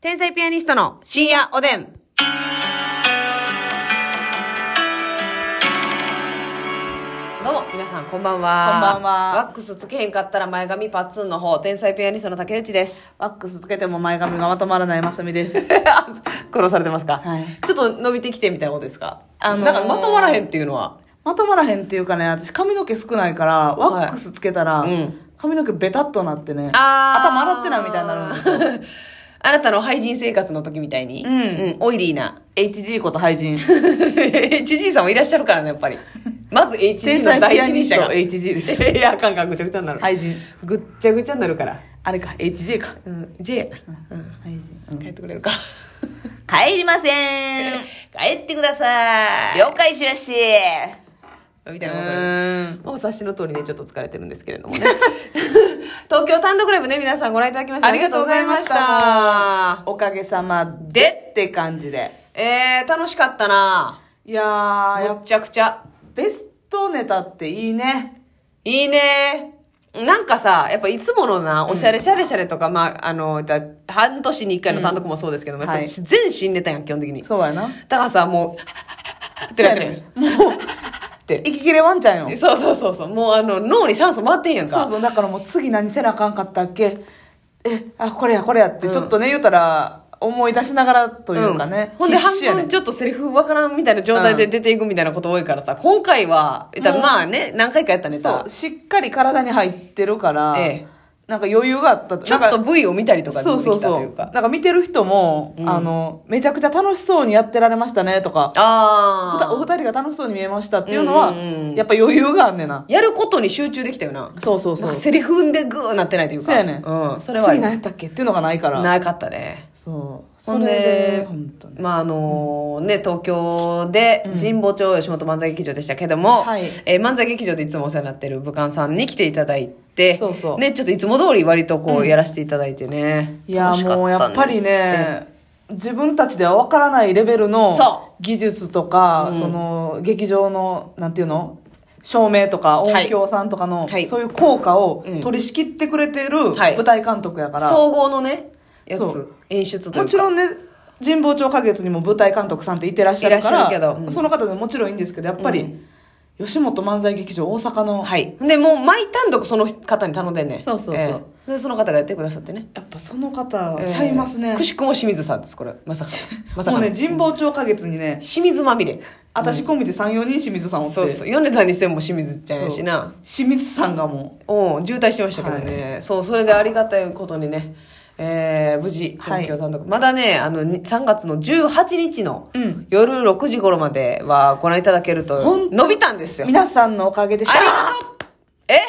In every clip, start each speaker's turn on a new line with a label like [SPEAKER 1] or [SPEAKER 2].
[SPEAKER 1] 天才ピアニストの深夜おでん。どうも、皆さん、こんばんは。
[SPEAKER 2] こんばんは
[SPEAKER 1] ワックスつけへんかったら前髪パッツンの方、天才ピアニストの竹内 です。
[SPEAKER 2] ワックスつけても前髪がまとまらないマスミです。
[SPEAKER 1] 苦労されてますか
[SPEAKER 2] はい
[SPEAKER 1] ちょっと伸びてきてみたいなことですか
[SPEAKER 2] あのー
[SPEAKER 1] なんかまとまらへんっていうのは。
[SPEAKER 2] まとまらへんっていうかね、私髪の毛少ないから、ワックスつけたら、
[SPEAKER 1] いうん
[SPEAKER 2] 髪の毛ベタっとなってね、
[SPEAKER 1] あ
[SPEAKER 2] 頭洗ってないみたいになるんですよ。
[SPEAKER 1] んですよ。あなたの廃人生活の時みたいに。
[SPEAKER 2] うん
[SPEAKER 1] うん、オイリーな。
[SPEAKER 2] HG こと廃 人。
[SPEAKER 1] HG さんもいらっしゃるからね、やっぱり。まず HG
[SPEAKER 2] 天
[SPEAKER 1] の
[SPEAKER 2] 才
[SPEAKER 1] 第
[SPEAKER 2] ピア
[SPEAKER 1] 一人
[SPEAKER 2] ニス
[SPEAKER 1] 者
[SPEAKER 2] ト
[SPEAKER 1] が。
[SPEAKER 2] HG です。
[SPEAKER 1] いや、あかんかん、ぐちゃぐちゃになる。
[SPEAKER 2] 廃人。
[SPEAKER 1] ぐっちゃぐちゃになるから。
[SPEAKER 2] あれか、HG か。
[SPEAKER 1] うん、J やな。うん。
[SPEAKER 2] 廃人。うん
[SPEAKER 1] 帰ってくれるか。
[SPEAKER 2] 帰りません
[SPEAKER 1] 帰ってください。
[SPEAKER 2] 解しまして
[SPEAKER 1] み
[SPEAKER 2] う
[SPEAKER 1] たいなことで。
[SPEAKER 2] ーん。
[SPEAKER 1] もう察しの通りね、ちょっと疲れてるんですけれどもね。 東京単独ライブね、皆さんご覧いただきまして
[SPEAKER 2] ありがとうございました
[SPEAKER 1] ありがとうございまし
[SPEAKER 2] おかげさま
[SPEAKER 1] で
[SPEAKER 2] でって感じで。
[SPEAKER 1] たえー、楽しかったない
[SPEAKER 2] やー、や
[SPEAKER 1] む
[SPEAKER 2] っ
[SPEAKER 1] っちゃくちゃ。
[SPEAKER 2] ベストネタっていいね。
[SPEAKER 1] いいねなんかさ、やっぱいつものな、おしゃれしゃれしゃれとか、まあ、あの、だ半年に一回の単独もそうですけども、
[SPEAKER 2] うん
[SPEAKER 1] やっぱ
[SPEAKER 2] はい
[SPEAKER 1] 全新ネタやん、基本的に。
[SPEAKER 2] そうやな。
[SPEAKER 1] だからさ、もう、ってなってるやん
[SPEAKER 2] もう、
[SPEAKER 1] って。
[SPEAKER 2] 息切れワンちゃんよ。
[SPEAKER 1] そうそうそうそう。もうあの、脳に酸素回ってんやんか。
[SPEAKER 2] そうそう、だからもう次何せなあかんかったっけえ、あ、これやこれやって、ちょっとね、言うたら、思い出しながらというかね
[SPEAKER 1] ん。ほんで
[SPEAKER 2] 必
[SPEAKER 1] 半
[SPEAKER 2] 死やね
[SPEAKER 1] 分ちょっとセリフわからんみたいな状態で
[SPEAKER 2] うん
[SPEAKER 1] 出ていくみたいなこと多いからさ、今回は、えっとまあね、何回かやったネ
[SPEAKER 2] そ
[SPEAKER 1] タ
[SPEAKER 2] う、。しっかり体に入ってるから、
[SPEAKER 1] ええ
[SPEAKER 2] なんか余裕があった。
[SPEAKER 1] ちょっ
[SPEAKER 2] なん
[SPEAKER 1] と
[SPEAKER 2] か
[SPEAKER 1] V を見たりとかで
[SPEAKER 2] そう
[SPEAKER 1] き
[SPEAKER 2] そう
[SPEAKER 1] た
[SPEAKER 2] そ
[SPEAKER 1] とい
[SPEAKER 2] う。
[SPEAKER 1] う
[SPEAKER 2] なん
[SPEAKER 1] か。
[SPEAKER 2] か見てる人も、あの、めちゃくちゃ楽しそうにやってられましたねとか、おたお
[SPEAKER 1] ああ。
[SPEAKER 2] 二人が楽しそうに見えましたっていうのは、
[SPEAKER 1] うんうんうん
[SPEAKER 2] やっぱ余裕があんねんな。
[SPEAKER 1] やることに集中できたよな。
[SPEAKER 2] そうそうそ
[SPEAKER 1] な
[SPEAKER 2] う。
[SPEAKER 1] んかセリフ踏んでグーなってないというか。
[SPEAKER 2] そうやねん
[SPEAKER 1] うん。それは
[SPEAKER 2] 次何やったっけっていうのがないから。
[SPEAKER 1] なかったね。
[SPEAKER 2] そう。
[SPEAKER 1] ほ
[SPEAKER 2] そ
[SPEAKER 1] ん
[SPEAKER 2] れで
[SPEAKER 1] で
[SPEAKER 2] ね、本当に。
[SPEAKER 1] まああのね、東京で神保町吉本漫才劇場でしたけども、
[SPEAKER 2] はい
[SPEAKER 1] えー漫才劇場でいつもお世話になってる武漢さんに来ていただいて、
[SPEAKER 2] そうそう
[SPEAKER 1] ね、ちょっといつも通り割とこうやらせていただいてね。
[SPEAKER 2] いや、
[SPEAKER 1] 楽しか
[SPEAKER 2] もうや
[SPEAKER 1] たん
[SPEAKER 2] っ
[SPEAKER 1] です
[SPEAKER 2] ぱり、ね、自分たちでは分からないレベルの
[SPEAKER 1] そ
[SPEAKER 2] 技術とか、その劇場の、なんていうの照明とか音
[SPEAKER 1] はい
[SPEAKER 2] 響さんとかの、
[SPEAKER 1] はい
[SPEAKER 2] そういう効果を
[SPEAKER 1] うん
[SPEAKER 2] 取り仕切ってくれてる
[SPEAKER 1] はい
[SPEAKER 2] 舞台監督やから、
[SPEAKER 1] 総合のね、や
[SPEAKER 2] そ
[SPEAKER 1] つ
[SPEAKER 2] う、
[SPEAKER 1] 演出というか。
[SPEAKER 2] もちろんね、神保町花月にも舞台監督さんっていてらっしゃるか
[SPEAKER 1] いらっし
[SPEAKER 2] ら、
[SPEAKER 1] ゃるけどうん
[SPEAKER 2] その方でもちろんいいんですけど、やっぱり、吉本漫才劇場大阪の、
[SPEAKER 1] はい。で、もう、毎単独その方に頼んでんね。
[SPEAKER 2] そうそうそう
[SPEAKER 1] ええで、その方がやってくださってね。
[SPEAKER 2] やっぱその方、ちゃいますね。
[SPEAKER 1] ええくしくも清水さんです、これ。まさか。まさ
[SPEAKER 2] も
[SPEAKER 1] か
[SPEAKER 2] う
[SPEAKER 1] の。
[SPEAKER 2] ね、神保町花月にね、
[SPEAKER 1] 清水まみれ。
[SPEAKER 2] 私込みで3、4人清水さんおって。
[SPEAKER 1] そうそう。米田2000も清水ちゃんやしな。
[SPEAKER 2] 清水さんがも
[SPEAKER 1] お渋滞してましたけどね、そうそれでありがたいことにね、えー無事
[SPEAKER 2] はい
[SPEAKER 1] 東京単独、まだねあのに3月の18日の
[SPEAKER 2] うん
[SPEAKER 1] 夜6時頃まではご覧いただける
[SPEAKER 2] ほ
[SPEAKER 1] と
[SPEAKER 2] ん
[SPEAKER 1] 伸びたんです
[SPEAKER 2] う、
[SPEAKER 1] よ
[SPEAKER 2] 皆さんのおかげでし
[SPEAKER 1] あ
[SPEAKER 2] た
[SPEAKER 1] え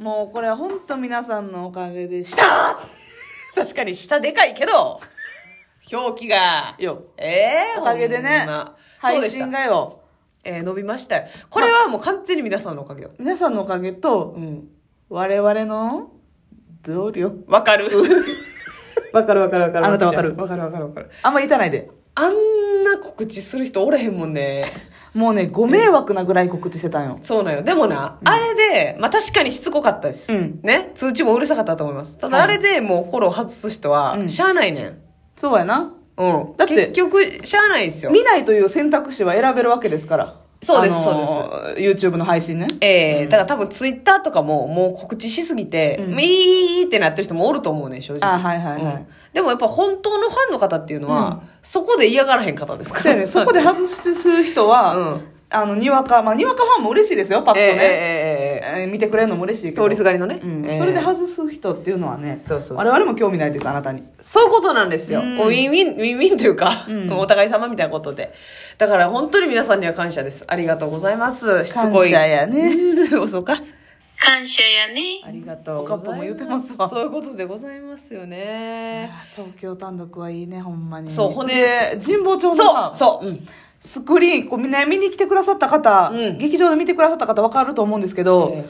[SPEAKER 2] もうこれは本当皆さんのおかげでした
[SPEAKER 1] 確かに下でかいけど表記 が
[SPEAKER 2] よ。
[SPEAKER 1] えー、
[SPEAKER 2] おかげで
[SPEAKER 1] ほ
[SPEAKER 2] ね
[SPEAKER 1] んま、そう
[SPEAKER 2] 配
[SPEAKER 1] でした
[SPEAKER 2] 信、がよ。
[SPEAKER 1] えー伸びましたよこれはもう完全に皆さんのおかげよ、
[SPEAKER 2] 皆さんのおかげと
[SPEAKER 1] う、ん
[SPEAKER 2] 我々の努力。
[SPEAKER 1] わかる わかるわかるわかる
[SPEAKER 2] あなたわかる
[SPEAKER 1] わかるわかるわかる
[SPEAKER 2] あんま言いたないで。
[SPEAKER 1] あんな告知する人おれへんもんね
[SPEAKER 2] もうね、ご迷惑なぐらい告知してたんよ。
[SPEAKER 1] そうなんよ。でもな、あれで、まあ確かにしつこかったです。
[SPEAKER 2] うん
[SPEAKER 1] ね。通知もうるさかったと思います。ただ
[SPEAKER 2] は
[SPEAKER 1] あ
[SPEAKER 2] い
[SPEAKER 1] れでもうフォロー外す人は、
[SPEAKER 2] うん
[SPEAKER 1] しゃあないねん。
[SPEAKER 2] そうやな。
[SPEAKER 1] うん。
[SPEAKER 2] だって
[SPEAKER 1] 結局、しゃあないですよ。
[SPEAKER 2] 見ないという選択肢は選べるわけですから。
[SPEAKER 1] そうです
[SPEAKER 2] そうです。YouTube の配信ね。
[SPEAKER 1] ええだから多分ツイッターとかももう告知しすぎて、
[SPEAKER 2] うん
[SPEAKER 1] ミーってなってる人もおると思うねん、正直。
[SPEAKER 2] あはいはいはい
[SPEAKER 1] うんでもやっぱ本当のファンの方っていうのは、そこで嫌がらへん方ですか
[SPEAKER 2] そ
[SPEAKER 1] ら。
[SPEAKER 2] うやね、 そこで外す人は、
[SPEAKER 1] うん
[SPEAKER 2] あの、にわか、まあ、にわかファンも嬉しいですよ、パッ
[SPEAKER 1] えええ
[SPEAKER 2] とね。
[SPEAKER 1] ええええ
[SPEAKER 2] えー見てくれるのも嬉しいけ
[SPEAKER 1] え
[SPEAKER 2] ど。
[SPEAKER 1] 通りすがりのね。
[SPEAKER 2] うん
[SPEAKER 1] ええ
[SPEAKER 2] それで外す人っていうのはね、
[SPEAKER 1] そうそうそう
[SPEAKER 2] 我々も興味ないです、あなたに。
[SPEAKER 1] そういうことなんですよ。
[SPEAKER 2] うん
[SPEAKER 1] こうウィンウィン、ウィンウィンというか、お互い様みたいなことで。だから本当に皆さんには感謝です。ありがとうございます。しつこい。
[SPEAKER 2] 感謝やね。
[SPEAKER 1] うん そうか。
[SPEAKER 3] 感謝やね。
[SPEAKER 1] ありがとう
[SPEAKER 2] お
[SPEAKER 1] ご
[SPEAKER 2] かっぱ
[SPEAKER 1] ざ
[SPEAKER 2] も
[SPEAKER 1] い
[SPEAKER 2] 言うて
[SPEAKER 1] ま。
[SPEAKER 2] ますすわ
[SPEAKER 1] そういうことでございますよね。
[SPEAKER 2] 東京単独はいいね、ほんまに。
[SPEAKER 1] そうほんで
[SPEAKER 2] で、神保町の
[SPEAKER 1] そ
[SPEAKER 2] さ
[SPEAKER 1] う、そう、うん。
[SPEAKER 2] スクリーン、こう、みんな見に来てくださった方、
[SPEAKER 1] うん
[SPEAKER 2] 劇場で見てくださった方分かると思うんですけど、
[SPEAKER 1] え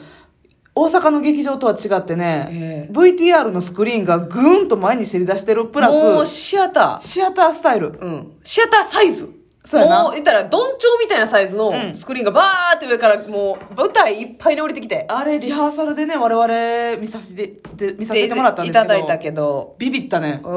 [SPEAKER 2] 大阪の劇場とは違ってね
[SPEAKER 1] え、え
[SPEAKER 2] VTR のスクリーンがぐーんと前にせり出してる、プラ
[SPEAKER 1] もう
[SPEAKER 2] ス、
[SPEAKER 1] シアタ
[SPEAKER 2] シアタースタイル。
[SPEAKER 1] ー、うん。シアターサイズ。
[SPEAKER 2] そうやな
[SPEAKER 1] もう、言ったら、どんちょうみたいなサイズ
[SPEAKER 2] う
[SPEAKER 1] の
[SPEAKER 2] ん
[SPEAKER 1] スクリーンがバーって上から、もう、舞台いっぱいに降りてきて、
[SPEAKER 2] あれリハーサルでね我々見させてで見させてもらったんですけど
[SPEAKER 1] いただいたけど、
[SPEAKER 2] ビビったね
[SPEAKER 1] う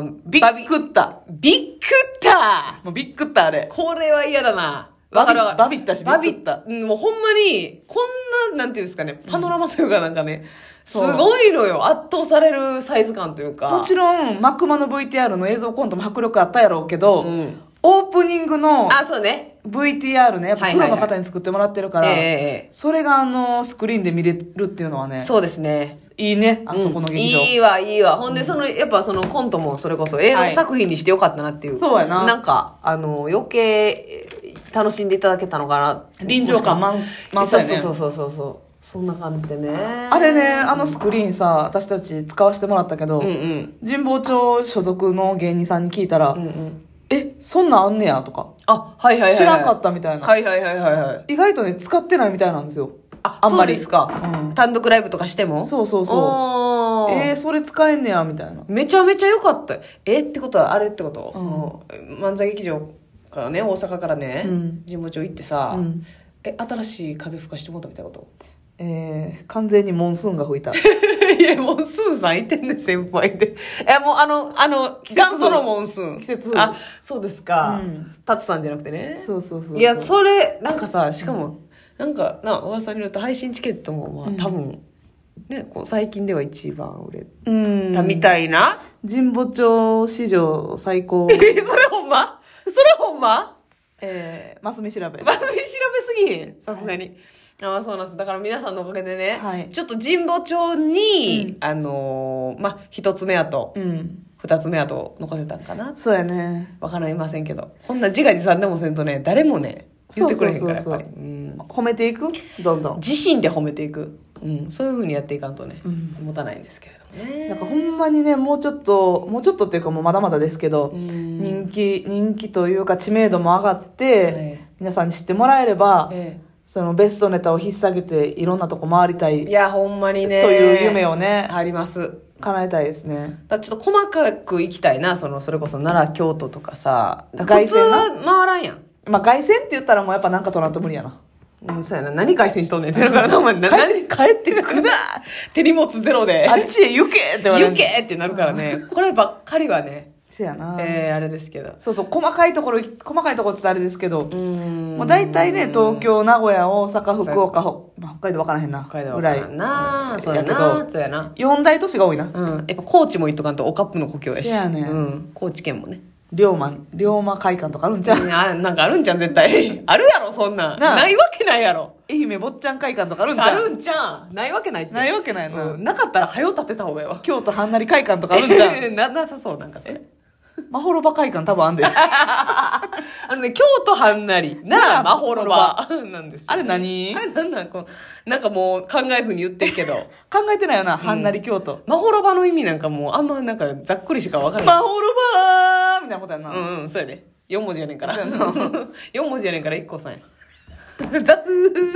[SPEAKER 1] ん。
[SPEAKER 2] ビ
[SPEAKER 1] バビ
[SPEAKER 2] ックった
[SPEAKER 1] ビックった
[SPEAKER 2] もうビックったあれ
[SPEAKER 1] これは嫌だな。
[SPEAKER 2] バビ
[SPEAKER 1] わかるわかる。
[SPEAKER 2] バビったしビビった
[SPEAKER 1] ビうんもうほんまに、こんな、なんていうんですかね、パノラマというかなんかね、すごいのよ。圧倒されるサイズ感というか。
[SPEAKER 2] もちろんマクマの VTR の映像コントも迫力あったやろうけど、
[SPEAKER 1] うん
[SPEAKER 2] オープニングの
[SPEAKER 1] あ、そうね。
[SPEAKER 2] VTR ねやっぱ
[SPEAKER 1] はい
[SPEAKER 2] プ
[SPEAKER 1] はいは
[SPEAKER 2] ロ
[SPEAKER 1] い
[SPEAKER 2] の方に作ってもらってる
[SPEAKER 1] え
[SPEAKER 2] か
[SPEAKER 1] え
[SPEAKER 2] ら、
[SPEAKER 1] え
[SPEAKER 2] それがあのスクリーンで見れるっていうのは
[SPEAKER 1] え
[SPEAKER 2] ね
[SPEAKER 1] そうですね。
[SPEAKER 2] いいねあそこの
[SPEAKER 1] うん
[SPEAKER 2] 劇場、
[SPEAKER 1] いいわ、いいわ。ほんで、その、やっぱそのコントもそれこそ映像作品にしてよかったなっていう。
[SPEAKER 2] そうやな
[SPEAKER 1] なんか、あの、余計えー楽しんでいただけたのかな。
[SPEAKER 2] 臨場感満満
[SPEAKER 1] そう
[SPEAKER 2] 載や
[SPEAKER 1] そう
[SPEAKER 2] ね
[SPEAKER 1] そうそうそうそう。そんな感じでね。
[SPEAKER 2] あ
[SPEAKER 1] あ
[SPEAKER 2] れねあのスクリーンさ私たち使わせてもらったけど、
[SPEAKER 1] うんうん。
[SPEAKER 2] 神保町所属の芸人さんに聞いたら「
[SPEAKER 1] うんうん。
[SPEAKER 2] えそんなんあんねや」とか
[SPEAKER 1] あ、はいはいはい、はい。
[SPEAKER 2] 知らんかったみたいな、
[SPEAKER 1] はいはいはいはいはい。
[SPEAKER 2] 意外とね使ってないみたいなんですよ
[SPEAKER 1] あ、
[SPEAKER 2] あんま
[SPEAKER 1] そう
[SPEAKER 2] り
[SPEAKER 1] ですか、
[SPEAKER 2] うん
[SPEAKER 1] 単独ライブとかしても
[SPEAKER 2] そうそうそう
[SPEAKER 1] そう
[SPEAKER 2] えー、それ使えんねやみたいな
[SPEAKER 1] めちゃめちゃ良かった。えってことは、あれってこと、その漫才劇場からね、大阪からね、
[SPEAKER 2] うん
[SPEAKER 1] 神保町行ってさ、
[SPEAKER 2] うん
[SPEAKER 1] え、新しい風吹かしてもらったみたいなこと
[SPEAKER 2] えー、完全にモンスーンが吹いた
[SPEAKER 1] いや、モンスーンさんいてんねん、先輩で。え、もうあの、あの、
[SPEAKER 2] 節
[SPEAKER 1] 元祖のモンスーン。
[SPEAKER 2] 季節
[SPEAKER 1] あ、そうですか。
[SPEAKER 2] うん
[SPEAKER 1] タツさんじゃなくてね。
[SPEAKER 2] そうそうそうそう
[SPEAKER 1] いやそれなんかさしかもなんかな噂によると配信チケットも、まあ、多分、ねこう最近では一番売れ
[SPEAKER 2] うん
[SPEAKER 1] たみたいな、
[SPEAKER 2] 神保町史上 最高
[SPEAKER 1] えそれほんまそれほんま
[SPEAKER 2] えー、マスミ調べ
[SPEAKER 1] 番組調べすぎへんさすがに、ああそうなんですだから皆さんのおかげでね、
[SPEAKER 2] はい
[SPEAKER 1] ちょっと神保町に、あのーまあ一つ目やと
[SPEAKER 2] うん
[SPEAKER 1] 二つ目やと残せたんかな
[SPEAKER 2] そうやね
[SPEAKER 1] わかりませんけどこんな自画自賛でもせんとね誰もね言ってくれへんからやっ
[SPEAKER 2] そう
[SPEAKER 1] ぱ
[SPEAKER 2] そう
[SPEAKER 1] り
[SPEAKER 2] そう
[SPEAKER 1] うん
[SPEAKER 2] 褒めていくどんどん
[SPEAKER 1] 自身で褒めていく、うん、そういうふうにやっていかんとね、持たないんですけれどもね
[SPEAKER 2] なんかほんまにねもうちょっともうちょっとっていうかもうまだまだですけど、
[SPEAKER 1] ん
[SPEAKER 2] 人気人気というか知名度も上がって、
[SPEAKER 1] はい
[SPEAKER 2] 皆さんに知ってもらえれば、
[SPEAKER 1] え
[SPEAKER 2] そのベストネタを引っ提げていろんなとこ回りたい
[SPEAKER 1] えいやほんまにね
[SPEAKER 2] という夢をね
[SPEAKER 1] あります
[SPEAKER 2] 叶えたいですね
[SPEAKER 1] だからちょっと細かくいきたいなそのそれこそ奈良京都とかさだから普
[SPEAKER 2] 外
[SPEAKER 1] 通
[SPEAKER 2] 線な
[SPEAKER 1] は回らんやん
[SPEAKER 2] まあ凱旋って言ったらもうやっぱなんか取らんと無理やな
[SPEAKER 1] うん、そうやな。何回戦しとんねんって。だから、お前、な
[SPEAKER 2] 帰っ
[SPEAKER 1] 何
[SPEAKER 2] て帰ってくな
[SPEAKER 1] 手荷物ゼロで、
[SPEAKER 2] あっちへ行けって言われる
[SPEAKER 1] 行けってなるからね。こればっかりはね、
[SPEAKER 2] せやな、
[SPEAKER 1] ええあれですけど。
[SPEAKER 2] そうそう細かいところ細かいところって言ったらあれですけど、
[SPEAKER 1] うん
[SPEAKER 2] もう大体ね東京名古屋大阪福岡、ほまあ、北海道分からへんな
[SPEAKER 1] 北海道は
[SPEAKER 2] ぐらい
[SPEAKER 1] なあ、
[SPEAKER 2] うん
[SPEAKER 1] そうや
[SPEAKER 2] や
[SPEAKER 1] な。
[SPEAKER 2] け
[SPEAKER 1] そうやな。
[SPEAKER 2] 四大都市が多いな
[SPEAKER 1] うん、やっぱ高知も行っとかんとおカップの故郷やし
[SPEAKER 2] せやねん
[SPEAKER 1] うん、高知県もね
[SPEAKER 2] 龍馬に龍馬会館とかあるんちゃう
[SPEAKER 1] いやなんかあるんじゃん絶 対あるやろそんなん
[SPEAKER 2] なあ
[SPEAKER 1] ないわけないやろ
[SPEAKER 2] 愛媛坊ちゃん会館とかあるんち
[SPEAKER 1] あ
[SPEAKER 2] ゃ
[SPEAKER 1] る
[SPEAKER 2] うん
[SPEAKER 1] じゃんないわけないって
[SPEAKER 2] ないわけないな、
[SPEAKER 1] うん、なかったら早う立てた方がいいわ
[SPEAKER 2] 京都はんなり会館とかあるんじゃん
[SPEAKER 1] ななさそうなんかそれ
[SPEAKER 2] まほろば会館多分あんで
[SPEAKER 1] あのね京都はんなりなあまほろば なんですよ
[SPEAKER 2] あれ何
[SPEAKER 1] あれなんなんこうなんかもう考えずに言ってるけど
[SPEAKER 2] 考えてないよなはんなり京都、
[SPEAKER 1] まほろばの意味なんかもうあんまなんかざっくりしか分からない
[SPEAKER 2] まほろばーみたいなことやな、
[SPEAKER 1] うんうん、そうやね。4文字やねんから。
[SPEAKER 2] そうやな
[SPEAKER 1] 4文字やねんから1個さんや。 雑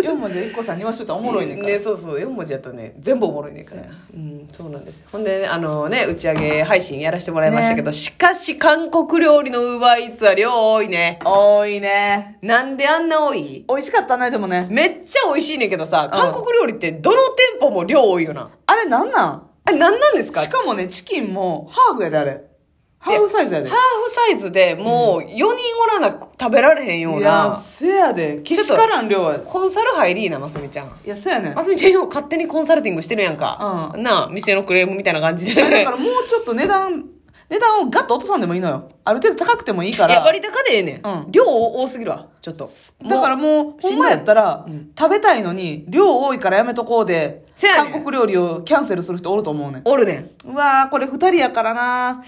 [SPEAKER 2] 四文字で一個さんに言わしといたらおもろいねんから、
[SPEAKER 1] ね、そうそう、4文字やったらね、全部おもろいねんから。うん、そうなんですよ。ほんで、あのね、打ち上げ配信やらせてもらいましたけど、しかし韓国料理のウーバーイーツは量多いね。
[SPEAKER 2] 多いね
[SPEAKER 1] なんであんな多い
[SPEAKER 2] 美味しかったねでもね
[SPEAKER 1] めっちゃ美味しいねんけどさ、韓国料理ってどの店舗も量多いよな。
[SPEAKER 2] あれなんなん
[SPEAKER 1] あれ、なんなんですか
[SPEAKER 2] しかもねチキンもハーフやであれハーフサイズやで
[SPEAKER 1] ハーフサイズでもう4人おらな食べられへんよう
[SPEAKER 2] いや
[SPEAKER 1] な。
[SPEAKER 2] せやで
[SPEAKER 1] ちょっと
[SPEAKER 2] 岸からん量や
[SPEAKER 1] コンサル入りーな、ますみちゃん。
[SPEAKER 2] いやせやねん
[SPEAKER 1] あすみちゃんよ、勝手にコンサルティングしてるやんか。
[SPEAKER 2] う
[SPEAKER 1] なあ、店のクレームみたいな感じで。
[SPEAKER 2] だ からもうちょっと値段値段をガッと落とさんでもいいのよある程度高くてもいいか
[SPEAKER 1] いや、
[SPEAKER 2] ら
[SPEAKER 1] 割高でええねん。
[SPEAKER 2] うん
[SPEAKER 1] 量多すぎるわ、ちょっと。
[SPEAKER 2] だから
[SPEAKER 1] も
[SPEAKER 2] もう
[SPEAKER 1] しんどい
[SPEAKER 2] ほんまやったら、食べたいのに量多いからやめとこうで
[SPEAKER 1] せやねん
[SPEAKER 2] 韓国料理をキャンセルする人おると思うねん
[SPEAKER 1] うおるねん。
[SPEAKER 2] うわーこれ2人やからな、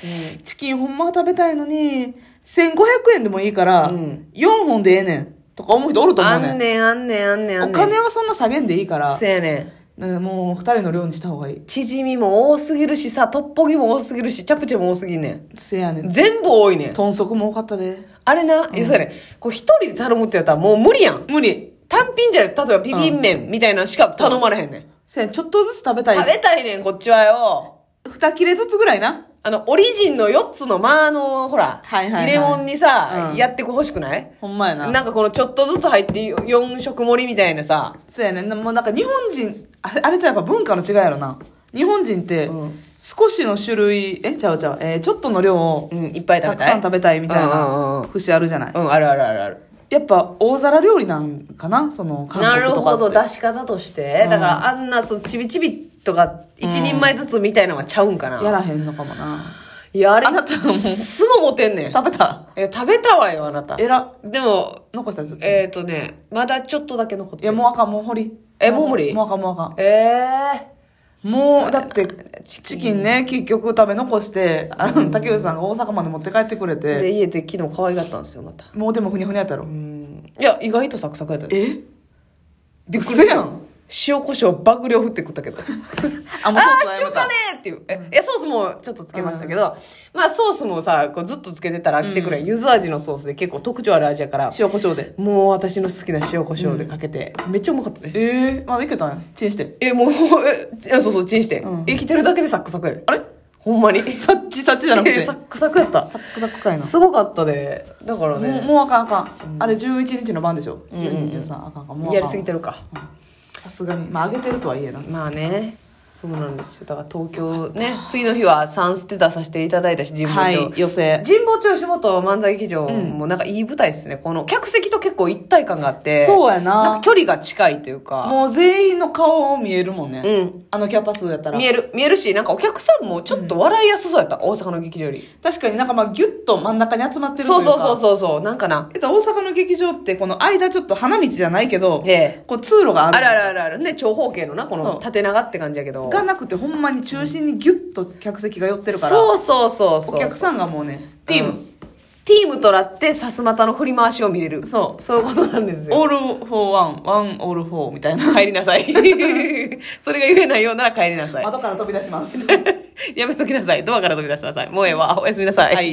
[SPEAKER 2] チキンほんまは食べたいのに1500円でもいいから、
[SPEAKER 1] うん
[SPEAKER 2] 4本でええねんとか思う人おると思
[SPEAKER 1] あ
[SPEAKER 2] うね
[SPEAKER 1] ん
[SPEAKER 2] ん
[SPEAKER 1] ねん、あんねん、あんねん、あんねん。
[SPEAKER 2] お金はそんな下げんでいいから
[SPEAKER 1] せやねん。
[SPEAKER 2] ねもう2人の量にした方がいい
[SPEAKER 1] 縮みも多すぎるしさ、トッポギも多すぎるし、チャプチェも多すぎんねん。
[SPEAKER 2] せやねん
[SPEAKER 1] 全部多いねん。
[SPEAKER 2] 豚足も多かったで
[SPEAKER 1] あれな、え、そうやねん。こう一人で頼むってやったらもう無理やん。
[SPEAKER 2] 無理
[SPEAKER 1] 単品じゃなくて、例えばビビン麺みたいなのしか頼まれへんねん。
[SPEAKER 2] せやねんちょっとずつ食べたい
[SPEAKER 1] 食べたいねん、こっちはよ。
[SPEAKER 2] 二切れずつぐらいな。
[SPEAKER 1] あの、オリジンの4つの間の、ほら、
[SPEAKER 2] はいはいはい
[SPEAKER 1] 入れ物にさ、
[SPEAKER 2] うん
[SPEAKER 1] やってこ欲しくない
[SPEAKER 2] ほんまやな。
[SPEAKER 1] なんかこのちょっとずつ入って4色盛りみたいなさ、
[SPEAKER 2] そうやねんなもうなんか日本人、あれ、あれじゃやっぱ文化の違いやろな。日本人って
[SPEAKER 1] うん、
[SPEAKER 2] 少しの種類、え、ちゃうちゃう、えーちょっとの量を
[SPEAKER 1] うん、いっぱい食
[SPEAKER 2] た
[SPEAKER 1] べたい。
[SPEAKER 2] くさん食べたいみたい
[SPEAKER 1] うんうんうんう
[SPEAKER 2] なん節あるじゃない。
[SPEAKER 1] うん、あるあるあるある。
[SPEAKER 2] やっぱ大皿料理なんかなその韓
[SPEAKER 1] なる
[SPEAKER 2] 国とか
[SPEAKER 1] ほ
[SPEAKER 2] って
[SPEAKER 1] ど、出し方として。
[SPEAKER 2] うん
[SPEAKER 1] だから、あんな、そう、ちびちびとか、一人前ずつみたいなのはちゃうんか
[SPEAKER 2] や
[SPEAKER 1] な。
[SPEAKER 2] らへんのかもない
[SPEAKER 1] や、あれ、
[SPEAKER 2] あなたも
[SPEAKER 1] すも持て んねん。
[SPEAKER 2] 食べた
[SPEAKER 1] え、食べたわよ、あなた。
[SPEAKER 2] えら
[SPEAKER 1] でも、
[SPEAKER 2] 残したちょっと、
[SPEAKER 1] えっ、ー、とね、まだちょっとだけ残って
[SPEAKER 2] いや
[SPEAKER 1] る。
[SPEAKER 2] もうあかんもう掘り
[SPEAKER 1] えもう無理
[SPEAKER 2] もうあかんもうあかん
[SPEAKER 1] ええ
[SPEAKER 2] もうだって
[SPEAKER 1] チキン
[SPEAKER 2] チキンね結局食べ残してあの竹内さんが大阪まで持って帰ってくれ
[SPEAKER 1] ー。で、
[SPEAKER 2] て
[SPEAKER 1] 家で昨日可愛がったんですよ、また。
[SPEAKER 2] もうでもふにゃふにゃやったろ
[SPEAKER 1] うん。いや、意外とサクサクやったで
[SPEAKER 2] え
[SPEAKER 1] びっくり
[SPEAKER 2] 嘘
[SPEAKER 1] した
[SPEAKER 2] やん
[SPEAKER 1] 塩コショウ爆量振って食ったけど。
[SPEAKER 2] あもう
[SPEAKER 1] あ
[SPEAKER 2] ソー
[SPEAKER 1] あ
[SPEAKER 2] ス
[SPEAKER 1] ー、塩
[SPEAKER 2] やめ
[SPEAKER 1] か
[SPEAKER 2] た
[SPEAKER 1] ねーっていう。え、えソースもちょっとつけましたけど、まあソースもさ、こうずっとつけてたら飽きてくる、ん、柚子味のソースで結構特徴ある味やから、
[SPEAKER 2] 塩コショウで
[SPEAKER 1] もう私の好きな塩コショウでかけて、めっちゃうまかったね。
[SPEAKER 2] ええまだいけたんやチンして
[SPEAKER 1] え、もう、え、えそうそう、チンして、
[SPEAKER 2] うん
[SPEAKER 1] 生きてるだけでサックサクやで。
[SPEAKER 2] あれ
[SPEAKER 1] ほんまに。
[SPEAKER 2] サッチサッチじゃなくて
[SPEAKER 1] サックサクやった。
[SPEAKER 2] サックサクかいな
[SPEAKER 1] すごかったで。だから
[SPEAKER 2] もう
[SPEAKER 1] ね、
[SPEAKER 2] もうあかんあかん、あれ11日の晩でし
[SPEAKER 1] ん
[SPEAKER 2] ょ、
[SPEAKER 1] うんうん
[SPEAKER 2] 23あかんあかんもうあかん
[SPEAKER 1] やりすぎてるか。
[SPEAKER 2] さすがにまあ上げてるとはいえな
[SPEAKER 1] まあね。そうなんですよ。だから東京ね、次の日は3ステ出させていただいたし、神保町。
[SPEAKER 2] はい寄せ
[SPEAKER 1] 神保町吉本漫才劇場もなんかいい舞台ですね、この客席と結構一体感があって
[SPEAKER 2] そうやな
[SPEAKER 1] か
[SPEAKER 2] ん
[SPEAKER 1] 距離が近いというか
[SPEAKER 2] もう全員の顔を見えるもんね、
[SPEAKER 1] うん
[SPEAKER 2] あのキャパ数やったら
[SPEAKER 1] 見える見えるしなんかお客さんもちょっと笑いやすそうやった、大阪の劇場より
[SPEAKER 2] 確かになんかまあギュッと真ん中に集まってる
[SPEAKER 1] そ
[SPEAKER 2] といううか
[SPEAKER 1] そうそうそうそうなんかな
[SPEAKER 2] えっと大阪の劇場ってこの間ちょっと花道じゃないけど、
[SPEAKER 1] ええ
[SPEAKER 2] こう通路があ
[SPEAKER 1] あ
[SPEAKER 2] る
[SPEAKER 1] るあるあるあるね長方形のなこ
[SPEAKER 2] そ
[SPEAKER 1] の
[SPEAKER 2] う
[SPEAKER 1] 縦長って感じやけど
[SPEAKER 2] がなくてほんまに中心にギュッと客席が寄ってるから
[SPEAKER 1] そうそうそうそう
[SPEAKER 2] お客さんがもうねティーム、
[SPEAKER 1] ティームとなってさすまたの振り回しを見れる
[SPEAKER 2] そう
[SPEAKER 1] そういうことなんです
[SPEAKER 2] オ
[SPEAKER 1] よ
[SPEAKER 2] ールフォーワンワンオールフォーみたいな
[SPEAKER 1] 帰りなさい それが言えないようなら帰りなさい
[SPEAKER 2] 窓から飛び出します
[SPEAKER 1] やめときなさいドアから飛び出しなさいもうええわおやすみなさい
[SPEAKER 2] はい